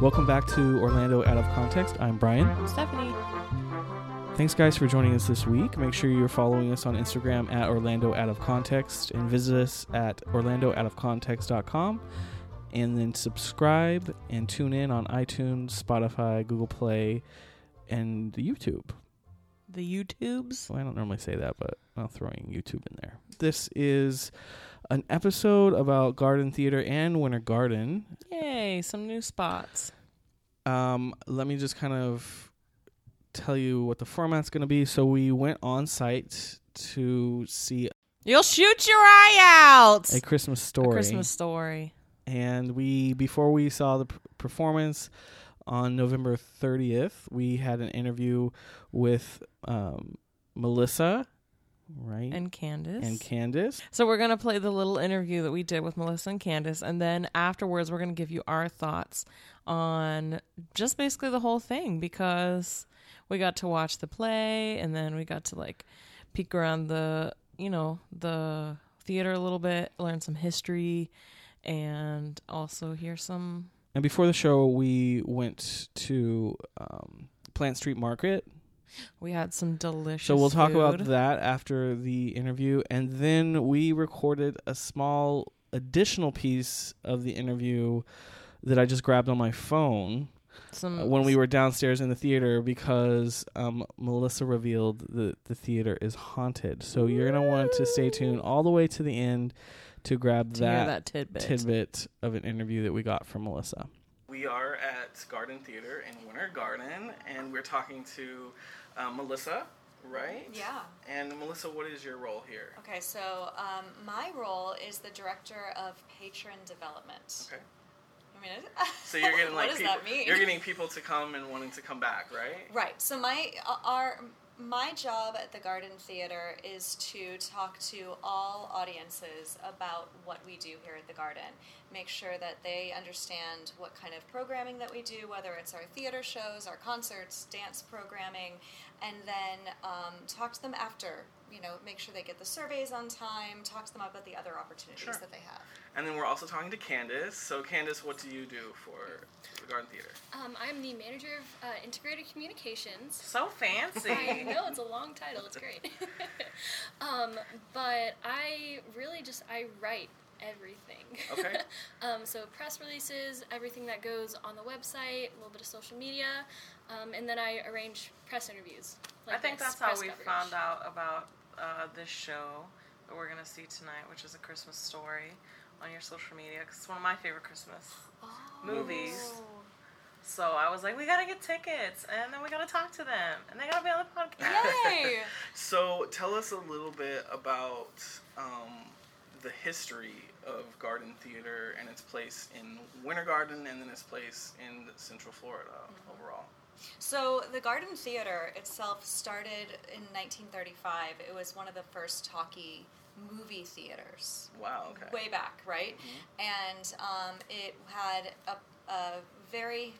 Welcome back to Orlando Out of Context. I'm Brian. Stephanie. Thanks, guys, for joining us this week. Make sure you're following us on Instagram at Orlando Out of Context and visit us at OrlandoOutOfContext.com. And then subscribe and tune in on iTunes, Spotify, Google Play, and YouTube. The YouTubes. Well, I don't normally say that, but I'm throwing YouTube in there. This is an episode about garden theater and Winter Garden. Yay, some new spots. Um, let me just kind of tell you what the format's going to be. So we went on site to see You'll shoot your eye out. a Christmas A story, Christmas story. and we before we saw the p- performance on November 30th, we had an interview with um, Melissa, right, And Candace. and Candace. so we're going to play the little interview that we did with Melissa and Candace. And then afterwards, we're going to give you our thoughts on just basically the whole thing because we got to watch the play and then we got to like peek around the, you know, the theater a little bit, learn some history, and also hear some And before the show, we went to um, Plant Street Market. We had some delicious. So we'll talk about food. that after the interview. And then we recorded a small additional piece of the interview that I just grabbed on my phone some uh, when we were downstairs in the theater because um, Melissa revealed that the theater is haunted. So you're going to want to stay tuned all the way to the end to grab to hear that that tidbit. tidbit of an interview that we got from Melissa. We are at Garden Theater in Winter Garden, and we're talking to uh, Melissa, right? Yeah. And Melissa, what is your role here? Okay, so um, my role is the director of patron development. Okay. I mean, So you're getting like what does people, that mean? you're getting people to come and wanting to come back, right? right. So my uh, our my job at the Garden Theater is to talk to all audiences about what we do here at the Garden. Make sure that they understand what kind of programming that we do, whether it's our theater shows, our concerts, dance programming, and then um, talk to them after. You know, make sure they get the surveys on time. Talk to them about the other opportunities Sure. that they have. And then we're also talking to Candace. So Candace, what do you do for the Garden Theater? Um, I'm the manager of uh, integrated communications. So fancy. I know it's a long title. It's great. um, but I really just I write everything. Okay. um, so press releases, everything that goes on the website, a little bit of social media, um, and then I arrange press interviews. I think this, that's how press we coverage. found out about uh, this show that we're gonna see tonight, which is a Christmas story, on your social media. 'cause it's one of my favorite Christmas Oh. movies. So I was like, we gotta get tickets, and then we gotta talk to them, and they gotta be on the podcast. Yay! So tell us a little bit about um, the history of Garden Theater and its place in Winter Garden and then its place in Central Florida overall. So the Garden Theater itself started in 1935. It was one of the first talkie movie theaters. Wow. Okay. Way back, right? Mm-hmm. And um, it had a, a very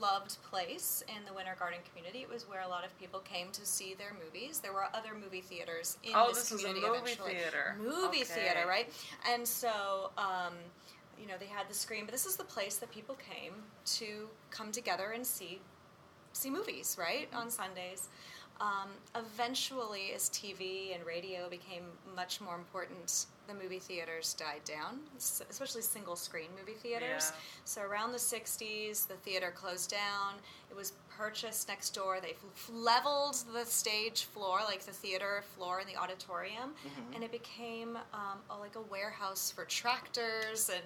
loved place in the Winter Garden community. It was where a lot of people came to see their movies. There were other movie theaters in Oh, this, this is a community movie eventually. theater. Movie Okay. theater, right? And so, um, you know, they had the screen, but this is the place that people came to come together and see see movies, right, on Sundays. Um, eventually, as TV and radio became much more important, the movie theaters died down, s- especially single screen movie theaters. Yeah. So, around the 60s, the theater closed down. It was purchased next door. They f- leveled the stage floor, like the theater floor in the auditorium, and it became um, a, like a warehouse for tractors and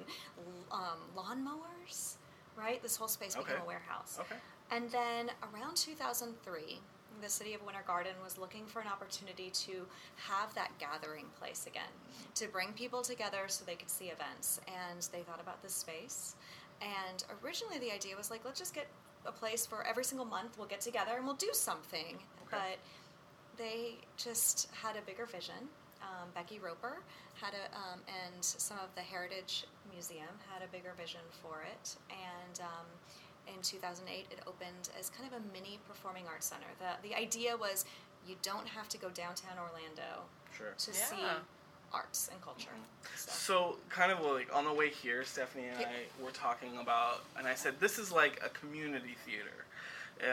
l- um, lawnmowers, right? This whole space became Okay. a warehouse. Okay. And then around 2003, the city of Winter Garden was looking for an opportunity to have that gathering place again, to bring people together so they could see events. And they thought about this space. And originally, the idea was like, let's just get a place where every single month we'll get together and we'll do something. But they just had a bigger vision. Um, Becky Roper had a, um, and some of the Heritage Museum had a bigger vision for it. And um, in 2008, it opened as kind of a mini performing arts center. The, the idea was you don't have to go downtown Orlando Sure. to Yeah. see arts and culture. So, So, kind of like on the way here, Stephanie and I were talking about, and I said this is like a community theater.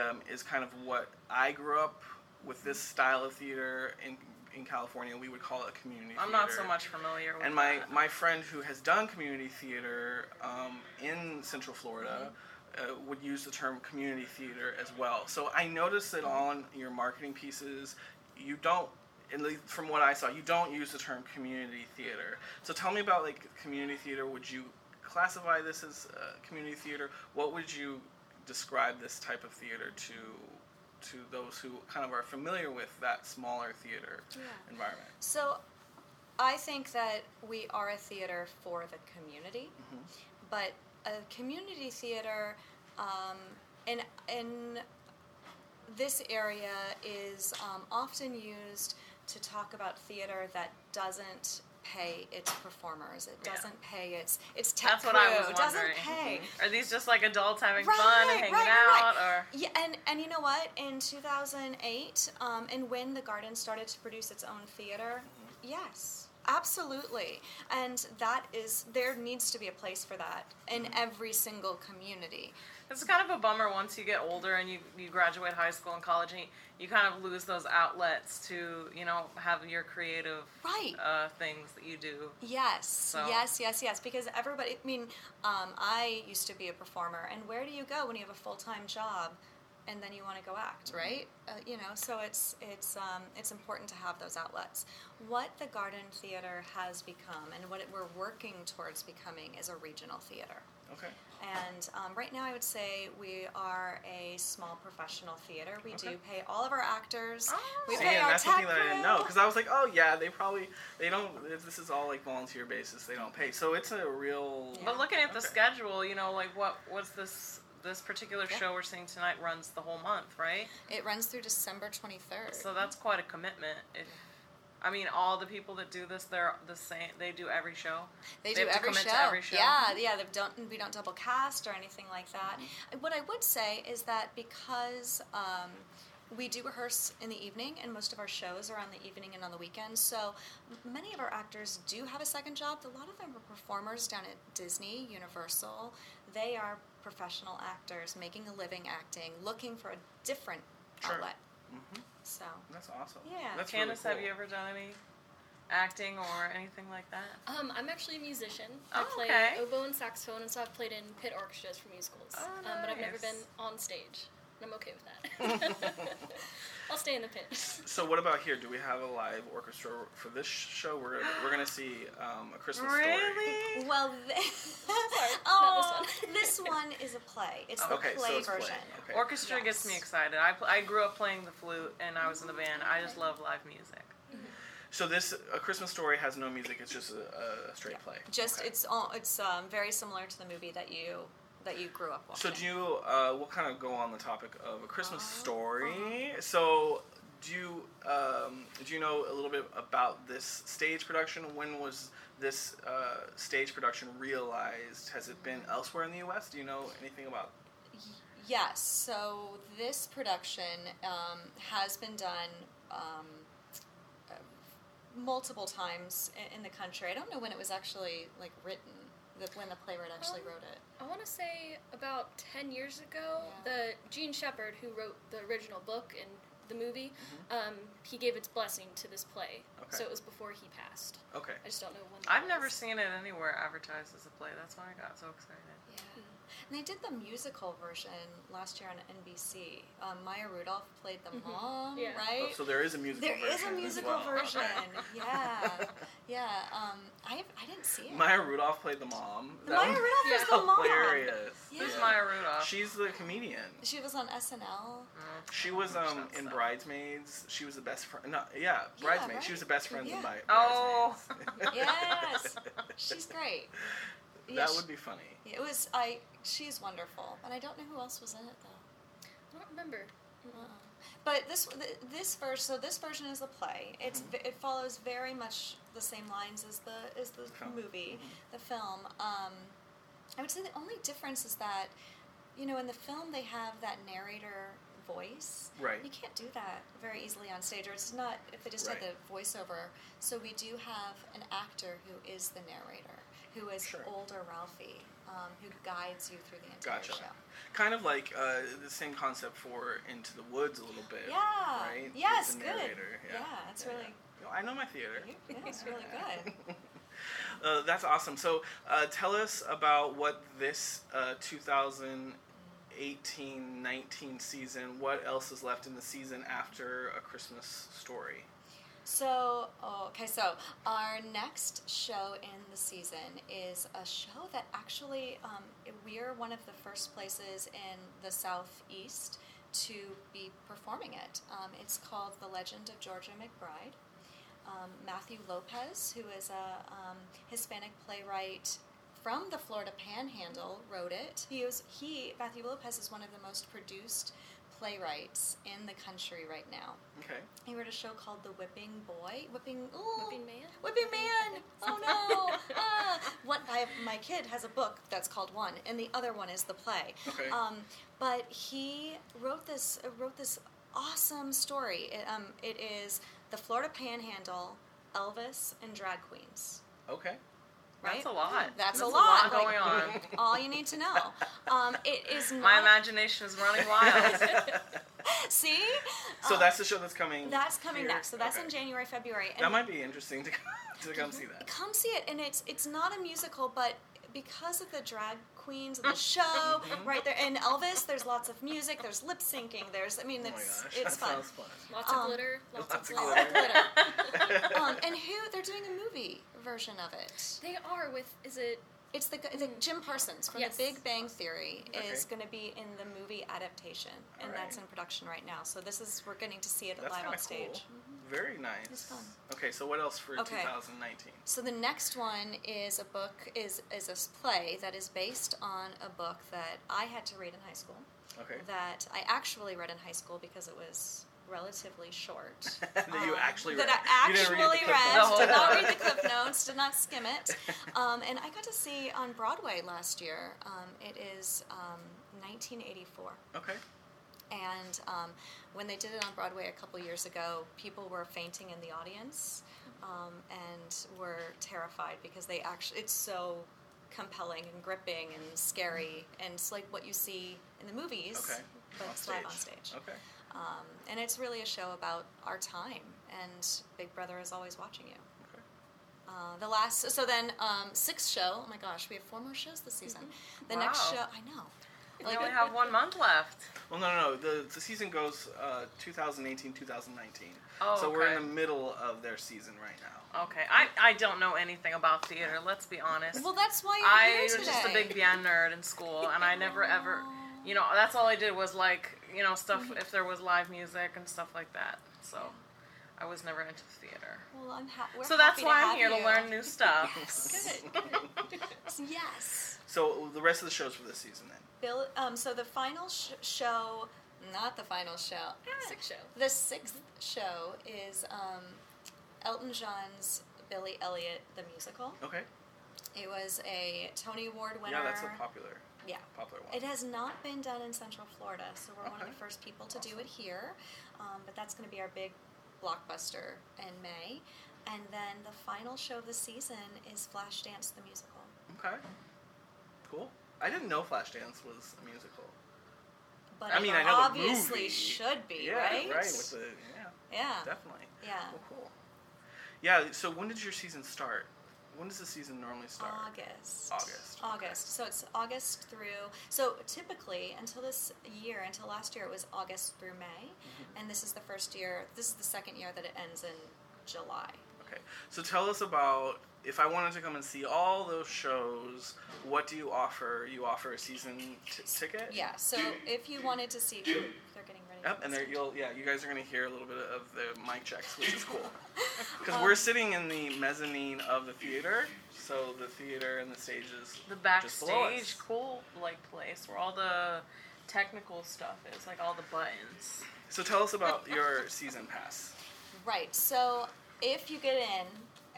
Um, is kind of what I grew up with this style of theater in in California. We would call it a community. I'm not so theater. much familiar with And my that. my friend who has done community theater um, in Central Florida. Uh, would use the term community theater as well. So I noticed that on your marketing pieces, you don't, at least from what I saw, you don't use the term community theater. So tell me about like community theater. Would you classify this as uh, community theater? What would you describe this type of theater to to those who kind of are familiar with that smaller theater environment? so I think that we are a theater for the community, Mm-hmm. but a community theater um, in in this area is um, often used to talk about theater that doesn't pay its performers. It Yeah. doesn't pay its its tech That's what I crew. was It doesn't wondering. Mm-hmm. pay. Are these just like adults having Right, fun and hanging right, out, right. or Yeah, and, and you know what? In 2008, um, and when the garden started to produce its own theater, yes, absolutely. And that is, there needs to be a place for that in every single community. it's kind of a bummer once you get older and you, you graduate high school and college and you, you kind of lose those outlets to you know have your creative Right. uh, things that you do. Yes, So- yes, yes, yes. Because everybody, I mean, um, I used to be a performer, and where do you go when you have a full time job? And then you want to go act, Mm-hmm. right? Uh, you know, so it's it's um, it's important to have those outlets. What the Garden Theater has become, and what it, we're working towards becoming, is a regional theater. Okay. And um, right now, I would say we are a small professional theater. We do Okay. Ah. pay all of our actors. we See, pay and our that's something tech that I didn't crew. know because I was like, oh yeah, they probably they don't. if This is all like volunteer basis. They don't pay, so it's a real. But looking at the Okay. schedule, you know, like what what's this this particular Yeah. show we're seeing tonight runs the whole month, right? It runs through December twenty third. So that's quite a commitment. If I mean, all the people that do this, they're the same. They do every show. They, They do have to every commit show. to every show. Yeah, yeah. They don't. We don't double cast or anything like that. What I would say is that because um, we do rehearse in the evening, and most of our shows are on the evening and on the weekends, so m- many of our actors do have a second job. A lot of them are performers down at Disney, Universal. They are professional actors making a living acting, looking for a different Sure. outlet. So That's awesome. Yeah. That's really Candace, have cool. you ever done any acting or anything like that? Um, I'm actually a musician. I Oh, play okay. oboe and saxophone, and so I've played in pit orchestras for musicals. Oh, um, but I've never nice. been on stage, and I'm okay with that. I'll stay in the pit. So what about here? Do we have a live orchestra for this sh- show? We're we're gonna see um, a Christmas story. Really? Well, th- not this Oh, this one is a play. It's the Okay, play so it's version. playing. Okay. Orchestra gets Yes. me excited. I, pl- I grew up playing the flute and I was in the band. I just love live music. so this a Christmas story has no music. It's just a, a straight play. Just Okay. it's all it's um, very similar to the movie that you that you grew up watching. So do you? Uh, we'll kind of go on the topic of a Christmas Uh-huh. story. So do you? Um, do you know a little bit about this stage production? When was this uh, stage production realized? Has it been elsewhere in the U.S.? Do you know anything about? Yes. So this production um, has been done um, uh, multiple times i- in the country. I don't know when it was actually like written. The, when the playwright actually Um, wrote it. I want to say about 10 years ago, Yeah. the Gene Shepard, who wrote the original book and the movie, Mm-hmm. um, he gave its blessing to this play. Okay. So it was before he passed. Okay. I just don't know when. that I've never was. seen it anywhere advertised as a play. That's why I got so excited. Yeah. And they did the musical version last year on NBC. Um, Maya Rudolph played the mom, Mm-hmm. Yeah. right? Oh, so there is a musical There version. is a as musical well. version. Yeah, yeah. Um, I I didn't see it. Maya Rudolph played the mom. Maya Rudolph Yeah. was the mom. hilarious. Who's Yeah. Maya Rudolph? She's the comedian. She was on SNL. She was Which um sounds in sad. Bridesmaids. She was the best friend. No, yeah, Yeah, Bridesmaids. She right. was the best friend in Yeah. Bi- Oh. Bridesmaids. Yes, she's great. that Yeah, would be funny. she- It was I. She's wonderful, but I don't know who else was in it though. I don't remember. Uh-uh. But this th- this version, so this version is a play. It's Mm-hmm. v it follows very much the same lines as the as the Film. Mm-hmm. movie, the film. Um, I would say the only difference is that, you know, in the film they have that narrator voice. Right. You can't do that very easily on stage, or it's not if they just Right. had the voiceover. So we do have an actor who is the narrator, who is Sure. older Ralphie, um, who guides you through the entire Gotcha. show. Kind of like uh, the same concept for Into the Woods a little bit. Yeah. Right? Yes, With the good. narrator, Yeah. Yeah, it's really- No, I know my theater. Yeah, it's really good. Uh, that's awesome. So, uh, tell us about what this uh, 2018-19 season. What else is left in the season after a Christmas story? So, oh, okay, so our next show in the season is a show that actually um, we're one of the first places in the Southeast to be performing it. Um, it's called The Legend of Georgia McBride. Um, Matthew Lopez, who is a um, Hispanic playwright from the Florida Panhandle, wrote it. He was he Matthew Lopez is one of the most produced playwrights in the country right now. Okay. He wrote a show called The Whipping Boy. Whipping, ooh, Whipping Man? Whipping Man. Oh no! ah. One, I, my kid has a book that's called One, and the other one is the play. Okay. Um, but he wrote this uh, wrote this awesome story. It, um, it is the Florida Panhandle, Elvis, and drag queens. Okay. Right? That's a lot. That's, That's a a lot, lot going like, on. All you need to know. Um, it is not. My imagination is running wild. See. So Um, that's the show that's coming. that's coming here? next. So that's Okay. in January, February. That and- might be interesting to to come see that. Come see it, and it's it's not a musical, but because of the drag queens of Mm-hmm. the show, right there, and Elvis, there's lots of music, there's lip syncing, there's I mean, oh my it's gosh, it's that fun. sounds fun. Lots of Um, glitter. Lots, lots of of I glitter. love glitter. um, and who they're doing a movie version of it. They are with. Is it? It's the, gu- the Jim Parsons from Yes. The Big Bang Theory is Okay. going to be in the movie adaptation, and Alright. that's in production right now. So this is we're getting to see it That's live kind on of cool. stage. Mm-hmm. Very nice. It's fun. Okay, so what else for Okay. 2019? So the next one is a book is is a s- play that is based on a book that I had to read in high school. Okay. That I actually read in high school because it was relatively short. that you Um, actually read. that I You didn't actually read the read. clip notes. whole Did not book. read the clip notes. Did not skim it. Um, and I got to see on Broadway last year. Um, it is um, 1984. Okay. And um, when they did it on Broadway a couple years ago, people were fainting in the audience um, and were terrified because they actually, it's so compelling and gripping and scary. And it's like what you see in the movies, Okay. but On it's live on stage. Okay. Um, and it's really a show about our time, and Big Brother is always watching you. Okay. Uh, the last, so then um, sixth show. Oh my gosh, we have four more shows this season. The next Wow. show, I know. We only have one month left. Well, no, no, no. The, the season goes uh, 2018, 2019. Oh, so we're in okay. the middle of their season right now. Okay, I, I don't know anything about theater. Let's be honest. well, that's why you're I here was today. just a big band nerd in school, and I never ever, you know, that's all I did was like, you know, stuff if there was live music and stuff like that. So I was never into theater. Well, I'm ha- we're so that's happy why to I'm here have to you. learn new stuff. Good. yes. So the rest of the shows for this season then. Bill. Um. So the final sh- show, not the final show. Sick show. The sixth show is um, Elton John's Billy Elliot the musical. Okay. It was a Tony Award winner. Yeah, that's a popular, Yeah. popular one. It has not been done in Central Florida, so we're one of Okay. the first people to do it here. Um, but that's going to be our big blockbuster in May. And then the final show of the season is Flashdance the musical. Okay. Cool. I didn't know Flashdance was a musical. But I mean, it I know the obviously movie. should be, yeah, right? right. With the, yeah, yeah. definitely. Ah, Yeah. Well, cool. Yeah. So when did your season start? When does the season normally start? August. August, okay. August. So it's August through. So typically, until this year, until last year, it was August through May, Mm-hmm. and this is the first year. This is the second year that it ends in July. Okay. So tell us about if I wanted to come and see all those shows, what do you offer? You offer a season t- ticket? Yeah. So if you wanted to see, they're getting ready. Yep, for Oh, and this. there you'll yeah, you guys are gonna hear a little bit of the mic checks, which is cool. Because we're sitting in the mezzanine of the theater, so the theater and the stage is The just below us. backstage cool like place where all the technical stuff is, like all the buttons. So tell us about your season pass. Right. So if you get in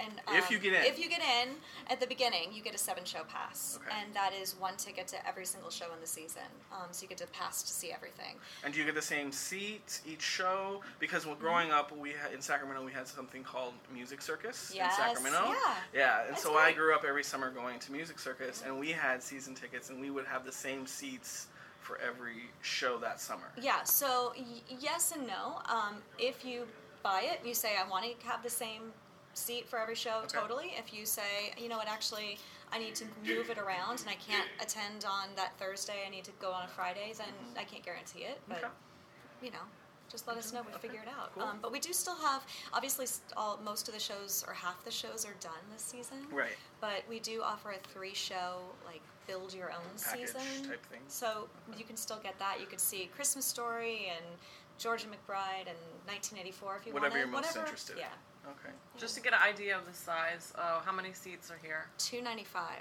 and um, If you get in. if you get in at the beginning, you get a seven show pass, Okay. and that is one ticket to every single show in the season. Um, so you get to pass to see everything. And do you get the same seats each show? Because when growing up, we had, in Sacramento we had something called Music Circus Yes, in Sacramento. yeah. yeah. And That's so I great. grew up every summer going to Music Circus, and we had season tickets, and we would have the same seats for every show that summer. Yeah, so y- yes and no. Um, if you buy it, you say, I want to have the same seat for every show, Okay. totally. If you say, you know what, actually, I need to move it around and I can't attend on that Thursday, I need to go on a Friday, then I can't guarantee it. But, Okay. you know. Just let us know. We figure it out. cool. Um, but we do still have, obviously, s- all most of the shows or half the shows are done this season. Right. But we do offer a three-show like build your own Package season type thing. so you can still get that. You could see Christmas Story and Georgia McBride and 1984 if you Whatever wanted. you're most Whatever- interested in. Yeah, Okay. Just to get an idea of the size, uh, how many seats are here? 295.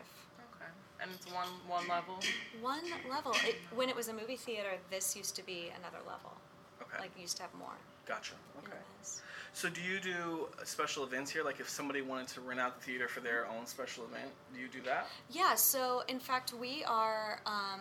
Okay. And it's one one level. One level. It, when it was a movie theater, this used to be another level. Okay. Like you used to have more. gotcha. in Okay. the maze. So do you do uh, special events here? Like if somebody wanted to rent out the theater for their own special event, do you do that? Yeah. So in fact, we are. Um,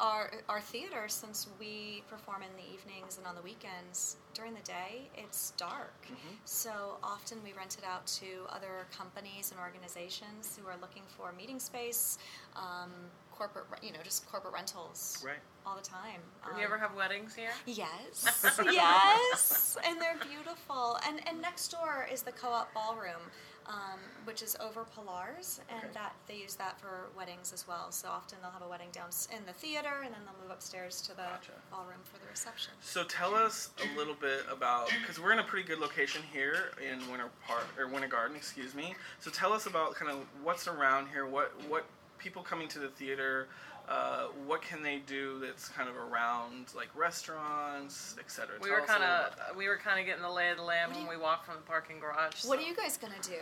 our, our theater, since we perform in the evenings and on the weekends, during the day it's dark. Mm-hmm. So often we rent it out to other companies and organizations who are looking for meeting space, um, corporate, re- you know, just corporate rentals Right. all the time. Do Um, you ever have weddings here? Yes, yes, and they're beautiful. And and next door is the co-op ballroom, um, which is over Pilar's, and Okay. that they use that for weddings as well. So often they'll have a wedding down in the theater, and then they'll move upstairs to the Gotcha. ballroom for the reception. So tell us a little bit about because we're in a pretty good location here in Winter Park or Winter Garden, excuse me. So tell us about kind of what's around here, what what people coming to the theater, uh, what can they do that's kind of around like restaurants, etc. We were kind of we were kind of getting the lay of the land What do when you- we walked from the parking garage. What so- are you guys gonna do?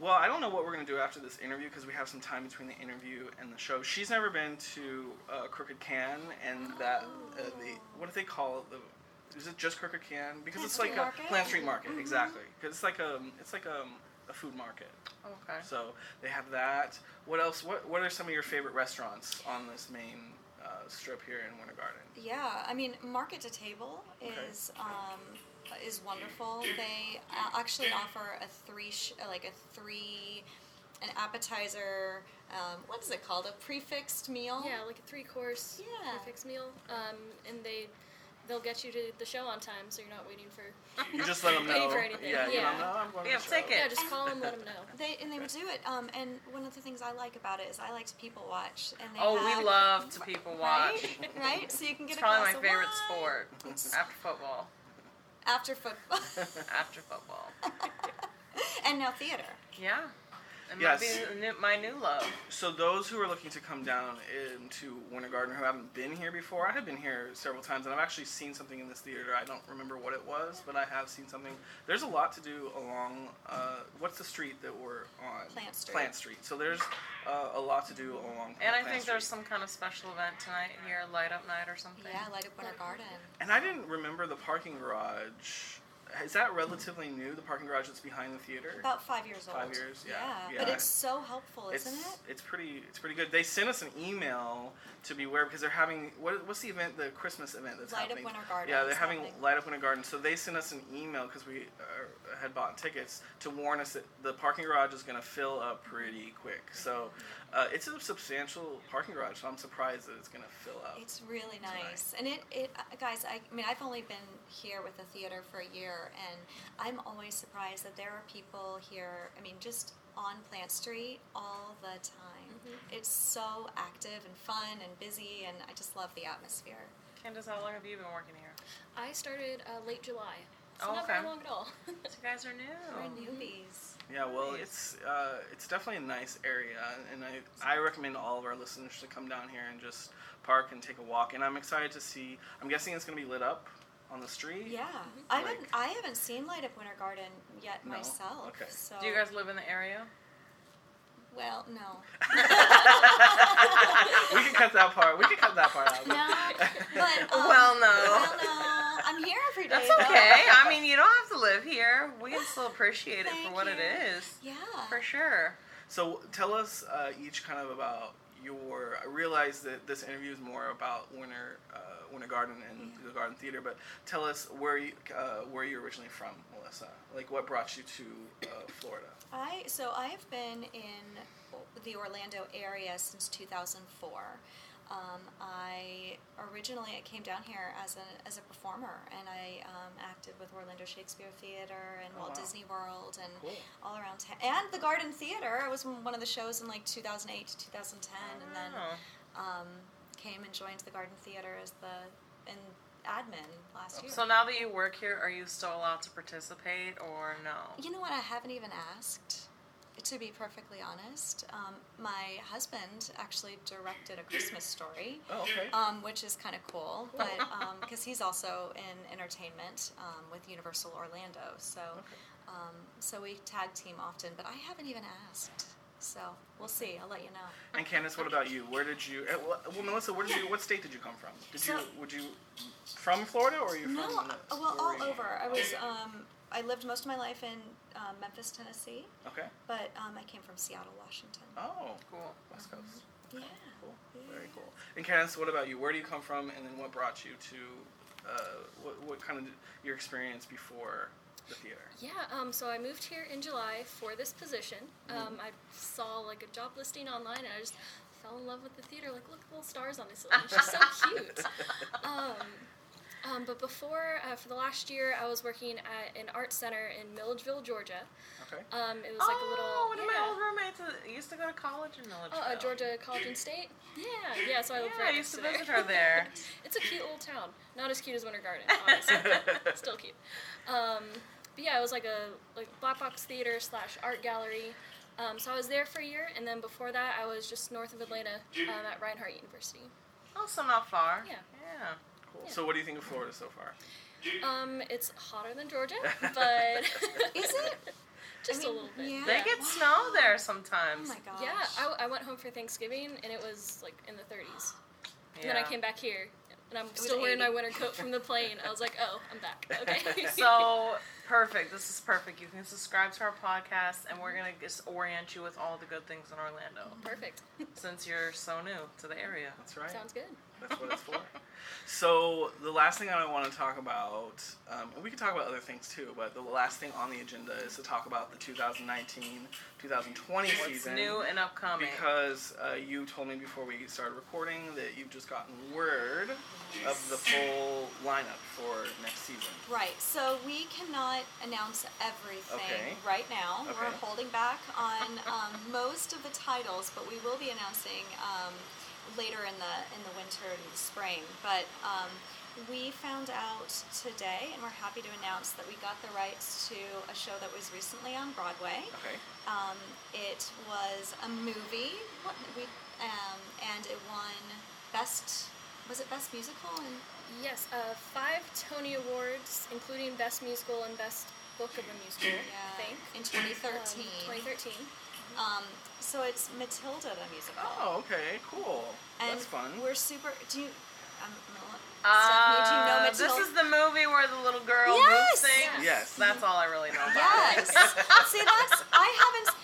Well, I don't know what we're gonna do after this interview because we have some time between the interview and the show. She's never been to uh, Crooked Can and that uh, the what do they call it? the? Is it just Crooked Can? Because Plant it's Street like Market? a Plant Street Market, exactly. Because it's like a it's like um a food market. Okay. So they have that. What else? What what are some of your favorite restaurants on this main uh, strip here in Winter Garden? Yeah, I mean, market to table Okay. is um, is wonderful. They uh, actually offer a three sh- uh, like a three an appetizer. Um, what is it called? A prefixed meal. Yeah, like a three course Yeah. fixed meal. Um, and they they'll get you to the show on time, so you're not waiting for. You just let them Waiting know. for anything. Yeah, you let Yeah. 'em know I'm going We to have the show. tickets. Yeah, just call them, let them know. They and they would do it. Um, and one of the things I like about it is I like to people watch. And they Oh, have, we love to people watch. Right, right. So you can get It's a probably glass my of favorite wine sport after football. after football, After football. and now theater. Yeah. It Yes. might be new- my new love. So those who are looking to come down um, to Winter Garden who haven't been here before, I have been here several times, and I've actually seen something in this theater. I don't remember what it was, but I have seen something. There's a lot to do along. Uh, what's the street that we're on? Plant Street. Plant Street. So there's uh, a lot to do along. And I Plant think there's Street. some kind of special event tonight here, light up night or something. Yeah, light up Winter Garden. And I didn't remember the parking garage. Is that relatively new? The parking garage that's behind the theater. About five years old. Five years, yeah, But yeah. it's so helpful, it's, isn't it? It's pretty. It's pretty good. They sent us an email to beware because they're having what, what's the event? The Christmas event that's Light Up happening. Winter Garden Yeah, they're is having happening. light up Winter Garden. So they sent us an email because we uh, had bought tickets to warn us that the parking garage is going to fill up pretty quick. So uh, it's a substantial parking garage. So I'm surprised that it's going to fill up. It's really nice, and it, it uh, guys. I, I mean, I've only been here with the theater for a year, and I'm always surprised that there are people here. I mean, just on Plant Street all the time. Mm-hmm. It's so active and fun and busy, and I just love the atmosphere. Candace, how long have you been working here? I started uh, late July. So Oh, not okay. very long at all. You guys are new. We're Oh. newbies. Yeah, well, Nice. it's uh, it's definitely a nice area, and I I recommend all of our listeners to come down here and just park and take a walk. And I'm excited to see. I'm guessing it's going to be lit up on the street. Yeah, I haven't Like- I haven't seen Light Up Winter Garden yet No? myself. Okay. So Do you guys live in the area? Well, no. we can cut that part. We can cut that part out. No, but um, Well, no. Well, no. I'm here every day. That's though. okay. I mean, you don't have to live here, we can still appreciate it for Thank what it you. is. Yeah. For sure. So tell us uh, each kind of about your. I realize that this interview is more about Winter uh, Winter Garden and the Garden Theater, but tell us where you uh, where you're originally from, Melissa. Like what brought you to uh, Florida? I so I have been in the Orlando area since 2004. Um, I originally I came down here as a as a performer, and I um, acted with Orlando Shakespeare Theater and Oh, Walt wow. Disney World and Cool. all around town, and the Garden Theater. I was in one of the shows in like 2008 to 2010, and then Oh, Ah. um, came and joined the Garden Theater as the in admin last Oh, year. So now that you work here, are you still allowed to participate or no? You know what? I haven't even asked. To be perfectly honest, um, my husband actually directed a Christmas story, Oh, okay. Oh, um, which is kind of cool, but because he's also in entertainment um, with Universal Orlando, so um, so we tag team often. But I haven't even asked, so we'll see. I'll let you know. And Candace, what about you? Where did you? eh, Well, well, Melissa, where did you? What state did you come from? Did you? So- Would you? From Florida, or are you from? No, uh, where well, were all you? over. I was um, I lived most of my life in uh, Memphis, Tennessee, Okay. but um, I came from Seattle, Washington. Oh, Cool. West Coast. Yeah. Cool. Very cool. And Candace, what about you? Where do you come from, and then what brought you to? Uh, what, what kind of your experience before the theater? Yeah, um, so I moved here in July for this position. Um, I saw like a job listing online, and I just fell in love with the theater. Like, look, little stars on this ceiling. She's so cute. Um, um, but before, uh, for the last year, I was working at an art center in Milledgeville, Georgia. Okay. Um, it was like a little. Oh, one of my yeah. old roommates uh, used to go to college in Milledgeville. Oh, uh, Georgia College and State. Yeah, yeah. So I lived Yeah, right I used to next visit her there. it's a cute little town. Not as cute as Winter Garden, honestly. Still cute. Um, but yeah, it was like a like black box theater slash art gallery. Um, so I was there for a year, and then before that, I was just north of Atlanta um, at Reinhardt University. Also not Oh, far. Yeah. Yeah. Cool. yeah. So, what do you think of Florida so far? Um, it's hotter than Georgia, but Is it? just I mean, a little bit. yeah. They get Wow. snow there Oh sometimes. my gosh. Yeah, I, I went home for Thanksgiving, and it was like in the 30s. And then I Yeah. came back here, and I'm was still wearing my 80. winter coat from the plane. I was like, oh, I'm back. Okay. So perfect. This is perfect. You can subscribe to our podcast, and we're gonna just orient you with all the good things in Orlando, perfect. since you're so new to the area. That's right. Sounds good. That's what it's for. So the last thing I want to talk about, um, and we can talk about other things too, but the last thing on the agenda is to talk about the 2019-2020 What's season. new and upcoming? Because uh, you told me before we started recording that you've just gotten word of the full lineup for next season. Right, so we cannot announce everything Okay. right now. We're Okay. holding back on um, most of the titles, but we will be announcing um, later in the in the winter and the spring. But um, we found out today, and we're happy to announce that we got the rights to a show that was recently on Broadway. Okay. Um, it was a movie, what, we, um, and it won best. Was it best musical? And Yes, uh, five Tony Awards, including Best Musical and Best Book of a Musical, I think. in 2013. Um, 2013. Um, so it's Matilda the musical. Oh, okay. Cool. and That's fun. We're super. Do you? Um, Mel- Uh, Stephanie, do you know this Matilda? is the movie where the little girl Yes! moves things. Yes. That's all I really know about. Yes. See, that's I haven't.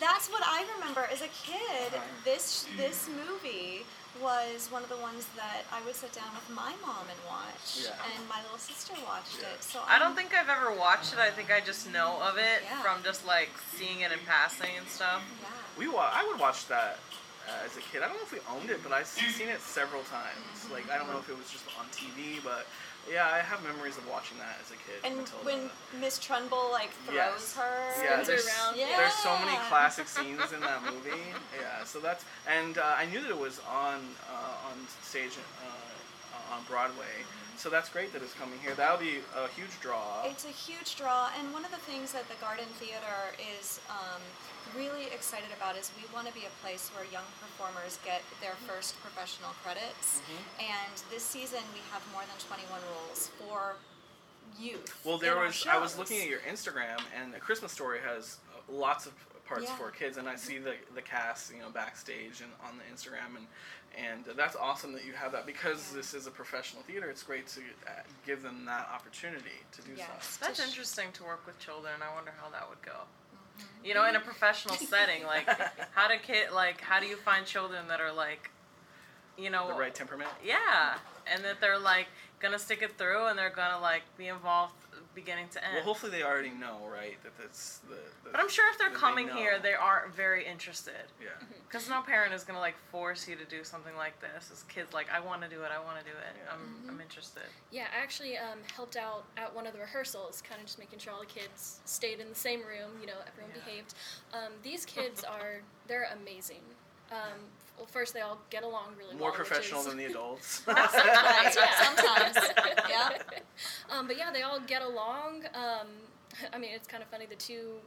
That's what I remember as a kid. This this movie was one of the ones that I would sit down with my mom and watch, Yeah. and my little sister watched it. So I I'm- don't think I've ever watched it. I think I just know of it Yeah. from just like seeing it in passing and stuff. Yeah. We wa- I would watch that uh, as a kid. I don't know if we owned it, but I've seen it several times. Like I don't know if it was just on TV, but yeah, I have memories of watching that as a kid. And Matilda. when Miss Trumbull like Yes. throws her. yeah, spins there's, around. there's so many Yeah. classic scenes in that movie. Yeah, so that's and uh, I knew that it was on uh, on stage uh, on Broadway. So that's great that it's coming here. That'll be a huge draw. It's a huge draw, and one of the things that the Garden Theater is um, really excited about is we want to be a place where young performers get their Mm-hmm. first professional credits. And this season, we have more than 21 roles for youth. Well, there in our was. I was shows. looking at your Instagram, and A Christmas Story has uh, lots of parts Yeah. for kids, and I see the the cast, you know, backstage and on the Instagram, and and that's awesome that you have that because Yeah. this is a professional theater. It's great to uh, give them that opportunity to do Yes. so. That's interesting to work with children. I wonder how that would go. Mm-hmm. You know, in a professional setting, like how do kid like how do you find children that are like, you know, The right temperament. yeah, and that they're like gonna stick it through and they're gonna like be involved beginning to end. Well, hopefully they already know, right? That that's the. the but I'm sure if they're that they coming know. here, they are very interested. Yeah. Because no parent is gonna like force you to do something like this. It's kids like I want to do it. I want to do it. Yeah. I'm I'm interested. Yeah, I actually um, helped out at one of the rehearsals, kind of just making sure all the kids stayed in the same room, you know, everyone Yeah. behaved. Um, these kids are, they're amazing. Um, well, first, they all get along really More well. which professional is- than the adults. Right, Yeah. Sometimes. yeah. um, but yeah, they all get along. Um, I mean, it's kind of funny. The two,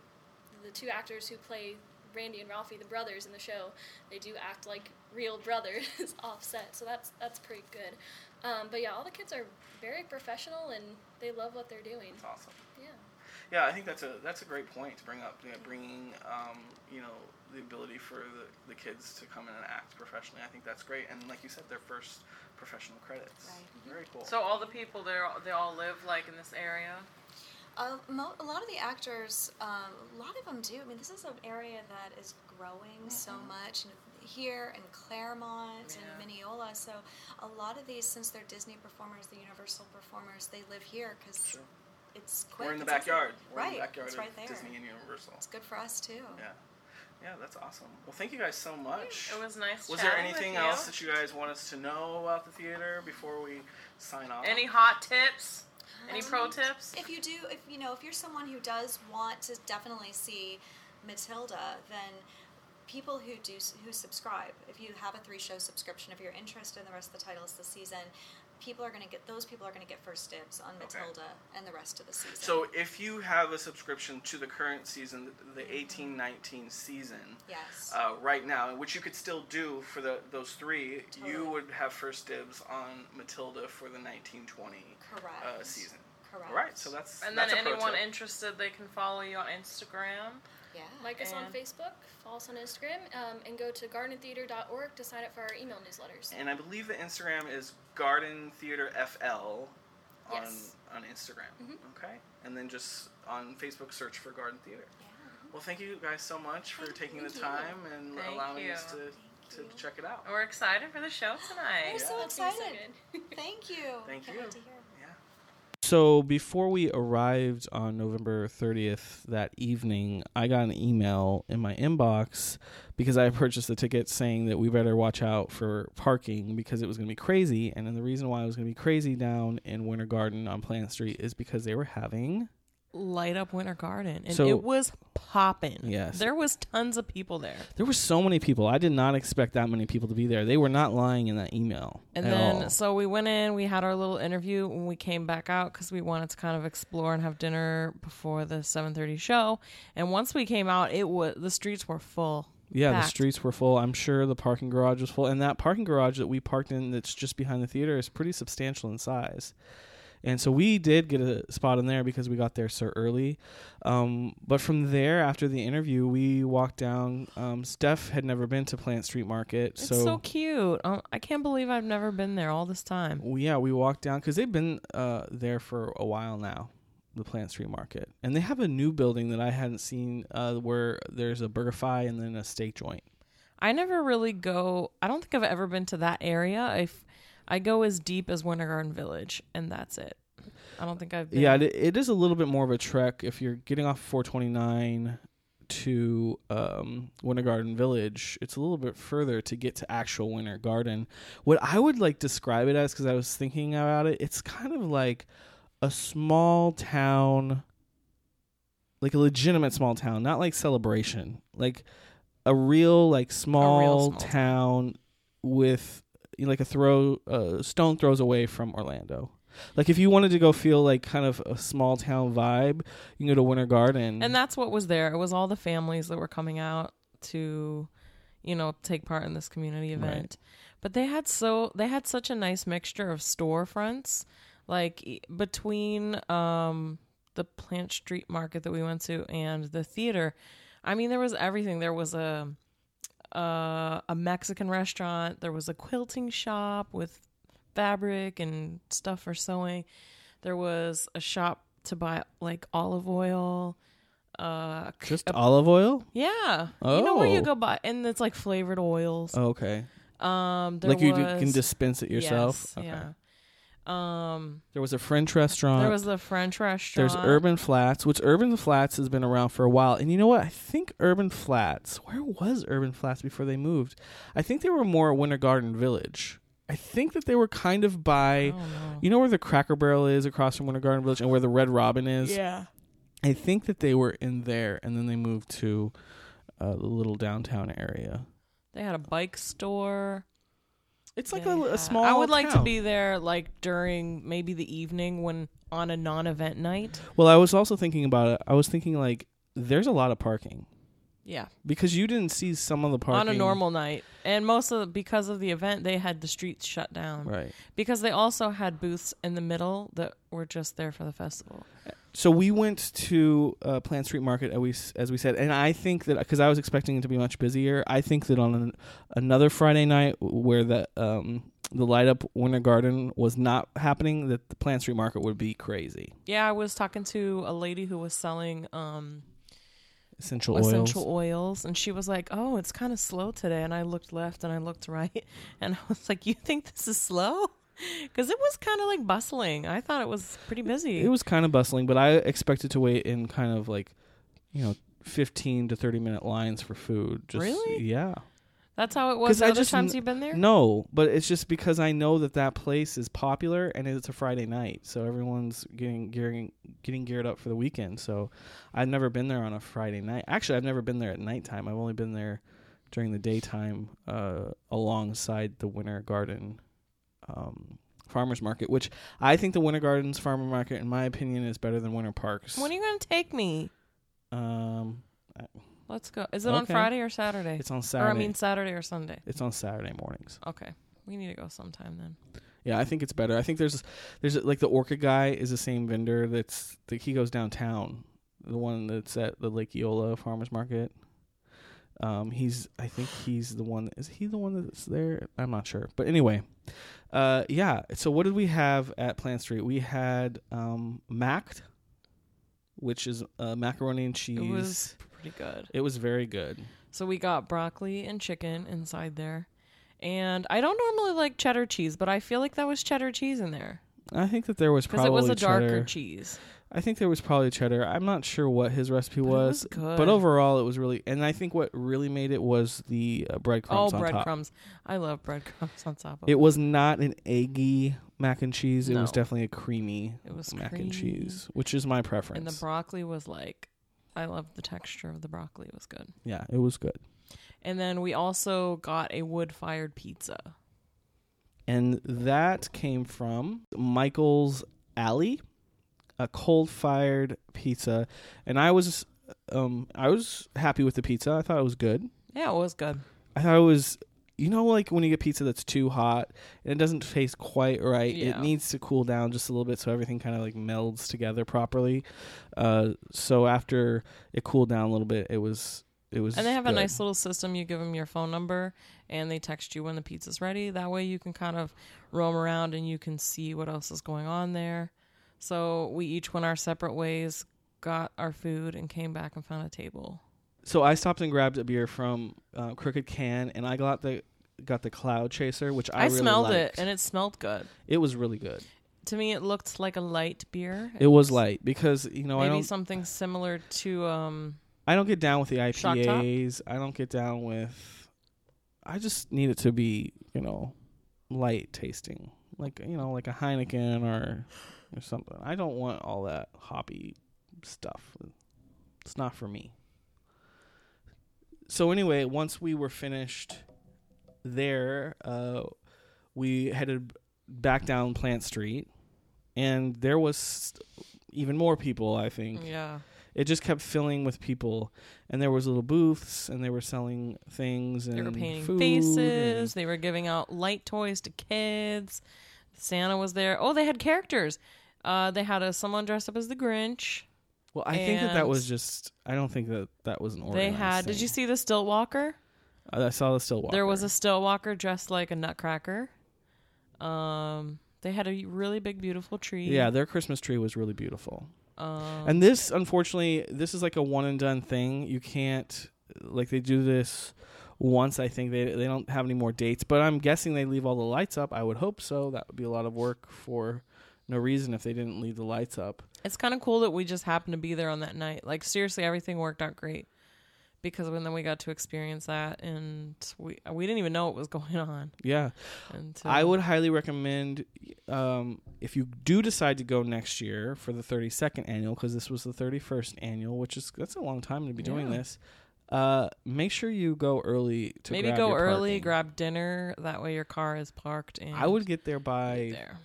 the two actors who play Randy and Ralphie, the brothers in the show, they do act like real brothers offset. So that's that's pretty good. Um, but yeah, all the kids are very professional and they love what they're doing. It's awesome. Yeah. Yeah, I think that's a that's a great point to bring up. Yeah, bringing um, you know the ability for the, the kids to come in and act professionally. I think that's great. And like you said, their first professional credits. Right. Very cool. So all the people there, they all live like in this area. A, mo- a lot of the actors, um, a lot of them do. I mean, this is an area that is growing so Mm-hmm. much and here in Claremont Yeah. and Mineola. So, a lot of these, since they're Disney performers, the Universal performers, they live here because Sure. it's quick. we're in the it's easy. backyard. We're right. in the backyard It's of right there. Disney and Universal. It's good for us too. Yeah, yeah, that's awesome. Well, thank you guys so much. It was nice. Was there chatting with anything you. else that you guys want us to know about the theater before we sign off? Any hot tips? Any pro Um, tips? If you do, if you know, if you're someone who does want to definitely see Matilda, then people who do who subscribe, if you have a three show subscription, if you're interested in the rest of the titles this season, people are going to get those people are going to get first dibs on Matilda and the rest of the season. So if you have a subscription to the current season, the eighteen nineteen season, yes, uh, right now, which you could still do for the, those three, you Totally. would have first dibs on Matilda for the 1920 correct. uh, season. Correct. All right, so that's And then that's a pro anyone tip. interested, they can follow you on Instagram. yeah. Like us on And- Facebook, follow us on Instagram, um, and go to gardentheater.org to sign up for our email newsletters. and I believe the Instagram is Garden Theater FL on Yes. on Instagram. Okay, and then just on Facebook search for Garden Theater. Well, thank you guys so much for Thank- taking thank the you. time and Thank allowing you. us to to Thank you. check it out. We're excited for the show We're tonight. Yeah. so That's gonna be so excited. good. Thank you. Thank Can't you. wait to hear. Yeah. So before we arrived on November 30th that evening, I got an email in my inbox because I had purchased the ticket saying that we better watch out for parking because it was going to be crazy. And then the reason why it was going to be crazy down in Winter Garden on Plant Street is because they were having Light up Winter Garden, and So- it was popping. Yes. there was tons of people there. there were so many people. I did not expect that many people to be there. They were not lying in that email And at then, all. so we went in, we had our little interview, and we came back out because we wanted to kind of explore and have dinner before the 7.30 show. And once we came out, it was the streets were full. Yeah, the packed. streets were full. I'm sure the parking garage was full. And that parking garage that we parked in that's just behind the theater is pretty substantial in size. And so we did get a spot in there because we got there so early. Um, but from there, after the interview, we walked down. Um, Steph had never been to Plant Street Market. It's so, cute. Um, I can't believe I've never been there all this time. we- yeah, we walked down because they've been uh, there for a while now, the Plant Street Market. And they have a new building that I hadn't seen uh, where there's a BurgerFi and then a steak joint. I never really go. I don't think I've ever been to that area. If I go as deep as Winter Garden Village, and that's it. I don't think I've been. Yeah, it, it is a little bit more of a trek if you're getting off 429 to um, Winter Garden Village. It's a little bit further to get to actual Winter Garden. What I would like describe it as, because I was thinking about it, it's kind of like a small town, like a legitimate small town, not like Celebration, like a real like small, small town. town with you know, like a throw uh, stone throws away from Orlando. Like if you wanted to go feel like kind of a small town vibe, you can go to Winter Garden. And that's what was there. It was all the families that were coming out to, you know, take part in this community event. But they had so they had such a nice mixture of storefronts, like e- between um the Plant Street Market that we went to and the theater. I mean, there was everything. There was a uh, a Mexican restaurant. There was a quilting shop with fabric and stuff for sewing. There was a shop to buy like olive oil. Uh, c- Just olive oil? yeah. You know where you Oh. go buy, and it's like flavored oils. okay. Um, there Like you, you can was- dispense it yourself. Yes, okay. Yeah. Um, There was a French restaurant. there was the French restaurant. There's Urban Flats, which Urban Flats has been around for a while. And you know what? I think Urban Flats, where was Urban Flats before they moved? I think they were more Winter Garden Village. I think that they were kind of Oh, by, you know, where the Cracker Barrel is across from Winter Garden Village and where the Red Robin is? Yeah. I think that they were in there and then they moved to uh, the little downtown area. They had a bike store. It's like They a, a had- small. I would like to town. be there like during maybe the evening when on a non-event night. Well, I was also thinking about it. I was thinking, like, there's a lot of parking Yeah, because you didn't see some of the parking. on a normal night, and most of the, because of the event, they had the streets shut down. Right. Because they also had booths in the middle that were just there for the festival. So we went to uh, Plant Street Market as we as we said, and I think that because I was expecting it to be much busier, I think that on an, another Friday night where the um, the light up Winter Garden was not happening, that the Plant Street Market would be crazy. Yeah, I was talking to a lady who was selling um, Essential oils. essential oils and she was like oh it's kind of slow today and i looked left and i looked right and i was like you think this is slow because it was kind of like bustling i thought it was pretty busy It was kind of bustling, but I expected to wait in kind of like you know fifteen to thirty minute lines for food. Just, Really? Yeah. that's how it was Because the I other just times kn- you've been there No, but it's just because I know that that place is popular and it's a Friday night, so everyone's getting gearing getting geared up for the weekend. So I've never been there on a Friday night. Actually, I've never been there at nighttime. I've only been there during the daytime uh, alongside the Winter Garden um, Farmers Market, which I think the Winter Gardens Farmer Market, in my opinion, is better than Winter Parks. when are you gonna take me um, let's go is it on Okay. friday or saturday it's on or Saturday. i mean saturday or sunday it's on Saturday mornings. okay we need to go sometime then Yeah, I think it's better. I think there's there's like the Orca guy is the same vendor that's that he goes downtown, the one that's at the Lake Eola Farmers Market. Um, he's I think he's the one. Is he the one that's there? I'm not sure, but anyway, uh, yeah. So what did we have at Plant Street? We had um, macked, which is uh, macaroni and cheese. it was pretty good It was very good. So we got broccoli and chicken inside there. And I don't normally like cheddar cheese, but I feel like that was cheddar cheese in there I think that there was because probably it was a darker cheddar. cheese. I think there was probably cheddar. I'm not sure what his recipe But it was, was good. but overall it was really. And I think what really made it was the uh, Oh, breadcrumbs on top. breadcrumbs! I love breadcrumbs on top of It was not an eggy mac and cheese. It was No. definitely a creamy It was mac creamy. and cheese, which is my preference. and the broccoli was like, I love the texture of the broccoli. It was good. yeah, it was good. And then we also got a wood-fired pizza. And that came from Michael's Alley, a cold fired pizza. And I was, um, I was happy with the pizza. I thought it was good. Yeah, it was good. I thought it was, you know, like when you get pizza that's too hot and it doesn't taste quite right. It Yeah. needs to cool down just a little bit so everything kind of like melds together properly. Uh, so after it cooled down a little bit, it was it was. And they have a good. nice little system. You give them your phone number, and they text you when the pizza's ready. That way, you can kind of roam around and you can see what else is going on there. So we each went our separate ways, got our food, and came back and found a table. So I stopped and grabbed a beer from uh, Crooked Can, and I got the got the Cloud Chaser, which I, I, really smelled liked. it, and it smelled good. it was really good. To me, it looked like a light beer. It was light because you know I maybe don't something similar to um. I don't get down with the Shock top? IPAs. I don't get down with. I just need it to be, you know, light tasting, like you know, like a Heineken or or something. I don't want all that hoppy stuff. It's not for me. So anyway, once we were finished there, uh, we headed back down Plant Street, and there was even more people. I think Yeah, it just kept filling with people and there was little booths and they were selling things and they were painting food faces. and- They were giving out light toys to kids. Santa was there. Oh, they had characters. Uh, they had a someone dressed up as the Grinch. Well, I think that that was And- just. I don't think that that was an order. They had. Did you see the stilt walker? I saw the still walker. There was a stilt walker dressed like a nutcracker. Um, they had a really big, beautiful tree. Yeah, their Christmas tree was really beautiful. Um, and this, unfortunately, this is like a one and done thing. You can't like they do this once. I think they they don't have any more dates, but I'm guessing they leave all the lights up. I would hope so. That would be a lot of work for no reason if they didn't leave the lights up. It's kind of cool that we just happened to be there on that night. Like seriously, everything worked out great because when then we got to experience that, and we we didn't even know what was going on. Yeah, Until I would highly recommend um, if you do decide to go next year for the 32nd annual because this was the 31st annual, which is that's a long time to be doing Yeah. this. Uh, make sure you go early to maybe grab go your early, parking. grab dinner. That way your car is parked. And I would get there get by there.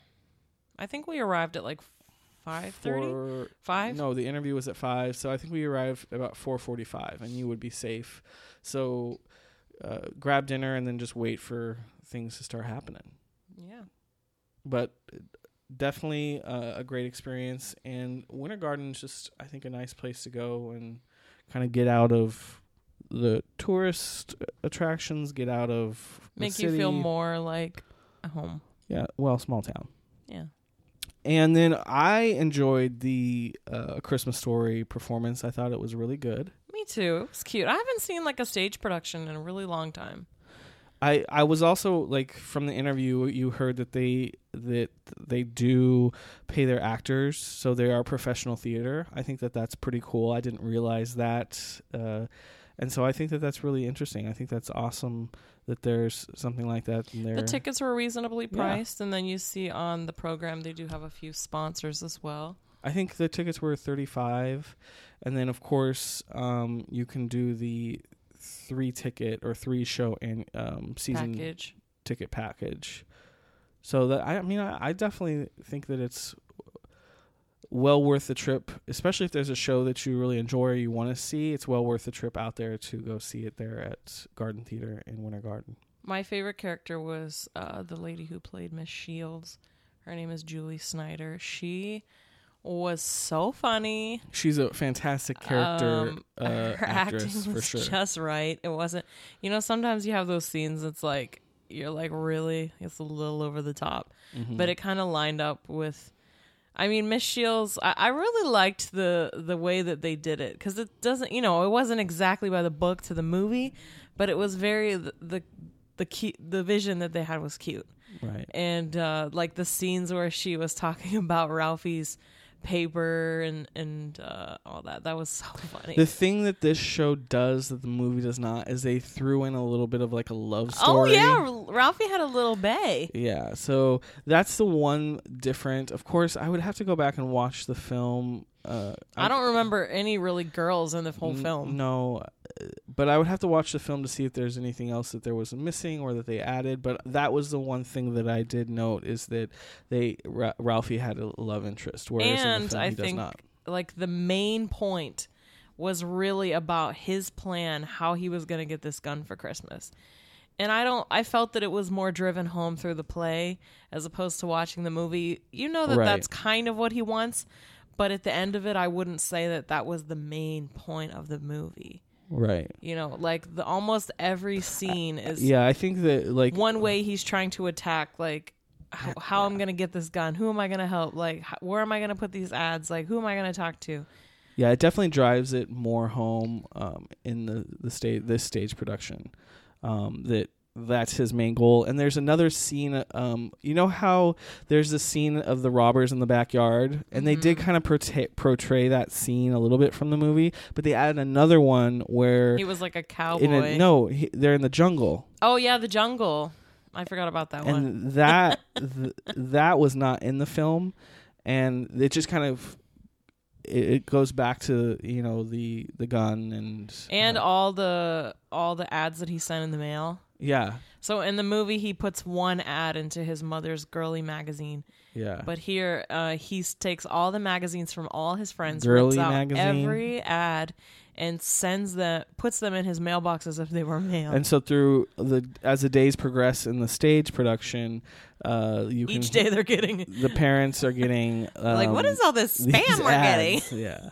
I think we arrived at like five thirty. four- Five? No, the interview was at five, so I think we arrived about four forty-five, and you would be safe. So uh, grab dinner and then just wait for things to start happening. Yeah. but definitely uh, a great experience. And Winter Garden is just, I think, a nice place to go and kind of get out of the tourist attractions, get out of the Make you feel city. more like at home. Yeah, well, small town. Yeah. And then I enjoyed the uh, Christmas Story performance. I thought it was really good. Me too. It's cute. I haven't seen like a stage production in a really long time. I I was also like from the interview you heard that they that they do pay their actors so they are professional theater. I think that that's pretty cool. I didn't realize that. Uh and so I think that that's really interesting. I think that's awesome that there's something like that in there. The tickets were reasonably Yeah. priced, and then you see on the program they do have a few sponsors as well. I think the tickets were 35 and then of course um you can do the three ticket or three show and um season Package. ticket package. So that I I mean I, I definitely think that it's well worth the trip, especially if there's a show that you really enjoy or you want to see. It's well worth the trip out there to go see it there at Garden Theater in Winter Garden. My favorite character was uh, the lady who played Miss Shields. Her name is Julie Snyder. She was so funny. She's a fantastic character Um, uh, actress for sure. just right. It wasn't, you know, sometimes you have those scenes that's like, you're like, really? It's a little over the top. Mm-hmm. But it kind of lined up with, I mean, Miss Shields, I, I really liked the, the way that they did it because it doesn't, you know, it wasn't exactly by the book to the movie, but it was very, the, the, the, key, the vision that they had was cute right. and uh, like the scenes where she was talking about Ralphie's paper and and uh, all that. That was so funny. The thing that this show does that the movie does not is they threw in a little bit of like a love oh story. yeah, Ralphie had a little bay. Yeah, so that's the one different. Of course, I would have to go back and watch the film. Uh, I don't remember any really girls in the whole N- film. No, uh, but I would have to watch the film to see if there's anything else that there was missing or that they added. But that was the one thing that I did note is that they Ra- Ralphie had a love interest, whereas in the and film I he does think not. like the main point was really about his plan, how he was going to get this gun for Christmas. And I don't. I felt that it was more driven home through the play as opposed to watching the movie. You know that Right. that's kind of what he wants, but at the end of it, I wouldn't say that that was the main point of the movie. Right. You know, like the almost every scene is Yeah, I think that like one way he's trying to attack like how, how i'm gonna get this gun who am i gonna help like how, where am i gonna put these ads like who am i gonna talk to yeah, it definitely drives it more home um, in the the stage this stage production um, that that's his main goal. And there's another scene. Um, you know how there's the scene of the robbers in the backyard, and they Mm-hmm. did kind of portray, portray that scene a little bit from the movie, but they added another one where he was like a in cowboy a, no, he, they're in the jungle, oh yeah the jungle i forgot about that one and that th- that was not in the film, and it just kind of. It it goes back to you know the the gun and and all the all the ads that he sent in the mail Yeah, so in the movie he puts one ad into his mother's girly magazine yeah. But here, uh, he s- takes all the magazines from all his friends, Girly rips out magazine. every ad, and sends them, puts them in his mailbox as if they were mail. and so through the as the days progress in the stage production, uh, you Each can, day they're getting the parents are getting um, like, what is all this these spam we're ads. Yeah,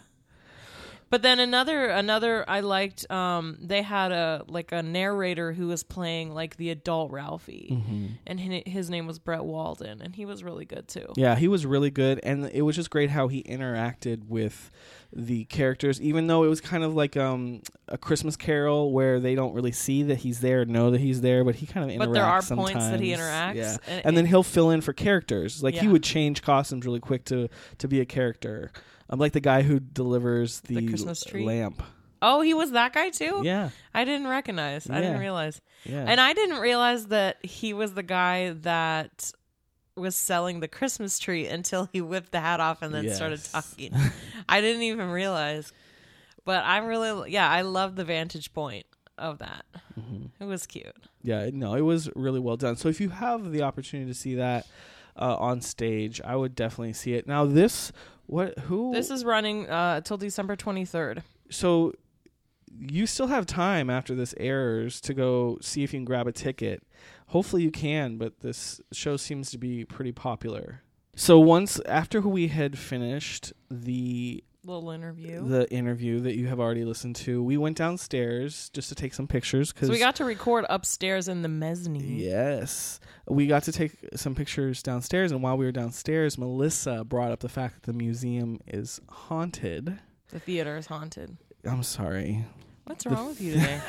But then another another I liked um they had a like a narrator who was playing like the adult Ralphie Mm-hmm. and hi- his name was Brett Walden and he was really good too. Yeah, he was really good, and it was just great how he interacted with the characters, even though it was kind of like um, a Christmas Carol where they don't really see that he's there, know that he's there, but he kind of interacts. But there are sometimes. points that he interacts, yeah. and, and- then he'll fill in for characters. Like he Yeah. would change costumes really quick to to be a character. I'm like the guy who delivers the, Christmas tree? lamp. Oh, he was that guy too? Yeah, I didn't recognize. I Yeah. didn't realize. yeah. And I didn't realize that he was the guy that was selling the Christmas tree until he whipped the hat off and then started Yes. talking. I didn't even realize. But I really, yeah, I love the vantage point of that. It was cute. yeah no it was really well done so if you have the opportunity to see that uh, on stage i would definitely see it now this what who This is running uh, till December 23rd. so you still have time after this airs to go see if you can grab a ticket hopefully you can but this show seems to be pretty popular so once after we had finished the Little interview. the interview that you have already listened to we went downstairs just to take some pictures because so we got to record upstairs in the mezzanine. Yes. We got to take some pictures downstairs, and while we were downstairs, Melissa brought up the fact that the museum is haunted. The theater is haunted. I'm sorry. What's wrong with you today?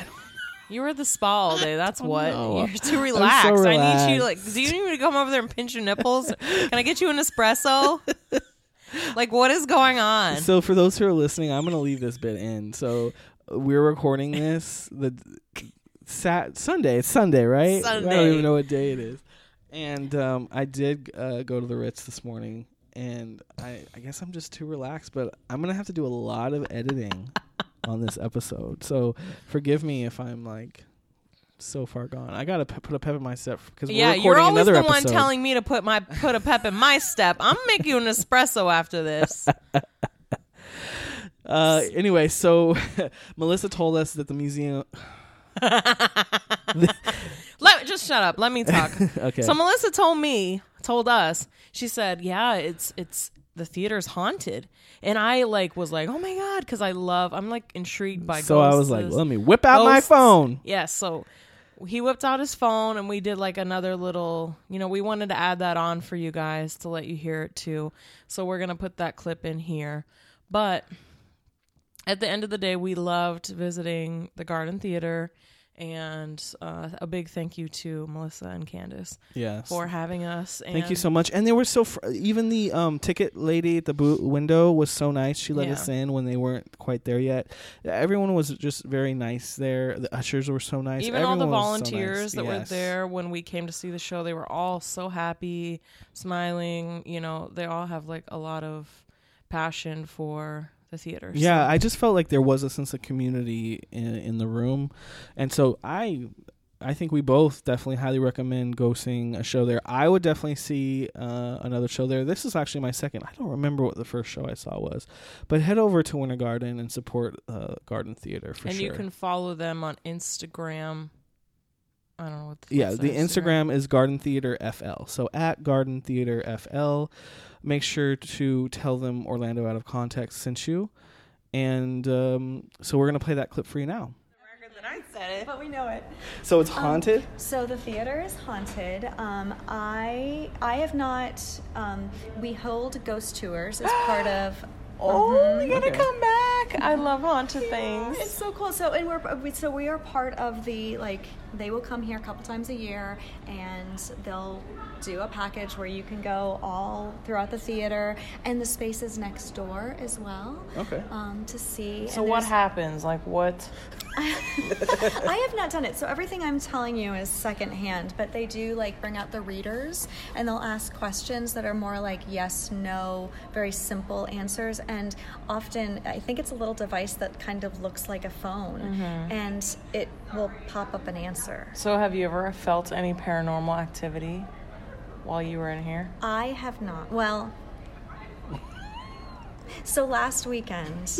You were at the spa all day. That's what. know. You're too relaxed. I need you. Like, relaxed. do you need me to come over there and pinch your nipples? Can I get you an espresso? like, what is going on? So, for those who are listening, I'm going to leave this bit in. So, we're recording this the sat Sunday. It's Sunday, right? I don't Sunday. even know what day it is. And um, I did uh, go to the Ritz this morning, and I, I guess I'm just too relaxed, but I'm going to have to do a lot of editing on this episode. So, forgive me if I'm like so far gone. I got to p- put a pep in my step because yeah, we're recording you're always another the one episode. telling me to put my put a pep in my step. I'm gonna make you an espresso after this. Uh, anyway, so Melissa told us that the museum. Let just shut up. Let me talk. Okay. So Melissa told me, told us, she said, "Yeah, it's it's the theater's haunted," and I like was like, "Oh my god," because I love. I'm like intrigued by. so I was like, ghosts. let me whip out my Ghosts. phone. Yeah, so he whipped out his phone and we did like another little, you know, we wanted to add that on for you guys to let you hear it too. So we're going to put that clip in here. But at the end of the day, we loved visiting the Garden Theater and uh, a big thank you to Melissa and Candace Yes. for having us. And Thank you so much. And they were so fr- even the um, ticket lady at the boot window was so nice. She let Yeah. us in when they weren't quite there yet. Everyone was just very nice there. The ushers were so nice. Even all the Everyone was so nice. volunteers that were Yes. there when we came to see the show, they were all so happy, smiling. You know, they all have like a lot of passion for the theater. so- Yeah, I just felt like there was a sense of community in, in the room, and so I, I think we both definitely highly recommend go seeing a show there. I would definitely see uh, another show there. This is actually my second. I don't remember what the first show I saw was, but head over to Winter Garden and support uh, Garden Theater for and sure. you can follow them on Instagram. I don't know what. The, yeah what's the their instagram is garden theater fl so at garden theater fl make sure to tell them orlando out of context sent you and um, so we're going to play that clip for you now But we know it. so it's haunted So the theater is haunted. Um, I I have not. Um, we hold ghost tours as part of. mm-hmm. Oh, you gotta come back! I love haunted things. It's so cool. So and we're we- so we are part of the like they will come here a couple times a year and they'll do a package where you can go all throughout the theater and the spaces next door as well. Okay. Um, to see. So and what there's- happens? Like what? I have not done it, so everything I'm telling you is secondhand. But they do like bring out the readers, and they'll ask questions that are more like yes, no, very simple answers. And often, I think it's a little device that kind of looks like a phone, and it will pop up an answer. So have you ever felt any paranormal activity while you were in here? I have not. Well. So last weekend,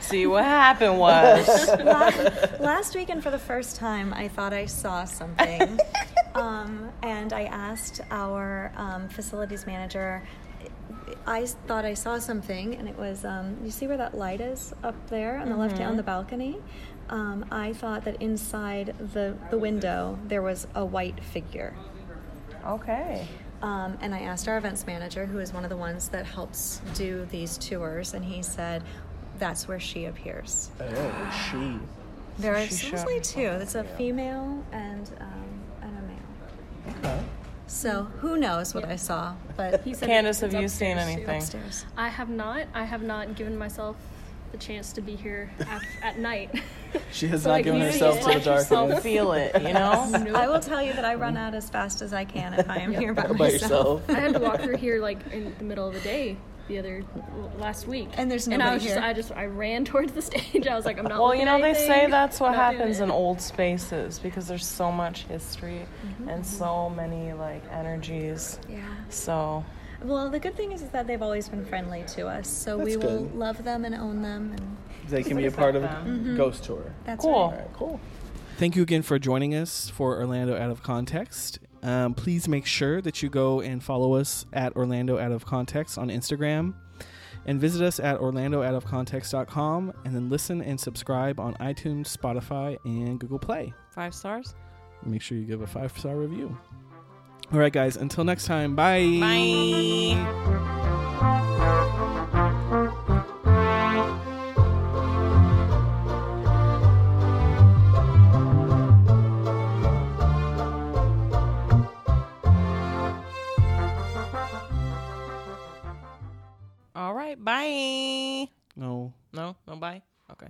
See what happened was last, last weekend for the first time, I thought I saw something. um, and I asked our um, facilities manager I s- thought I saw something, and it was um, you see where that light is up there on the left hand on the balcony. Um, I thought that inside the the window there was a white figure. Okay. Um, and I asked our events manager, who is one of the ones that helps do these tours, and he said, "That's where she appears." Oh, she. There are she showed usually me two. It's a female and um, and a male. So who knows what I saw? But He said Candace, it's have you seen upstairs, too. anything? upstairs. I have not. I have not given myself the chance to be here at, at night. She has So, not like, given you herself just to the let dark yourself enough Feel it, you know? I will tell you that I run out as fast as I can if I am here by, by myself. yourself. I had to walk through here like in the middle of the day the other last week, And there's and I nobody was just here. I just I ran towards the stage. I was like, I'm not. Well, looking you know, at they say anything, that's what not doing happens it. in old spaces because there's so much history and so many like energies. Yeah. So, Well, the good thing is, is that they've always been friendly to us, so we That's will good. love them and own them, and They can be a part of Ghost Tour. that's Cool. right. All right, cool. Thank you again for joining us for Orlando Out of Context. Um, please make sure that you go and follow us at Orlando Out of Context on Instagram and visit us at orlandooutofcontext.com and then listen and subscribe on iTunes, Spotify, and Google Play. five stars? Make sure you give a five star review. All right, guys, until next time, bye. Bye. All right, bye. No. No, no bye. Okay.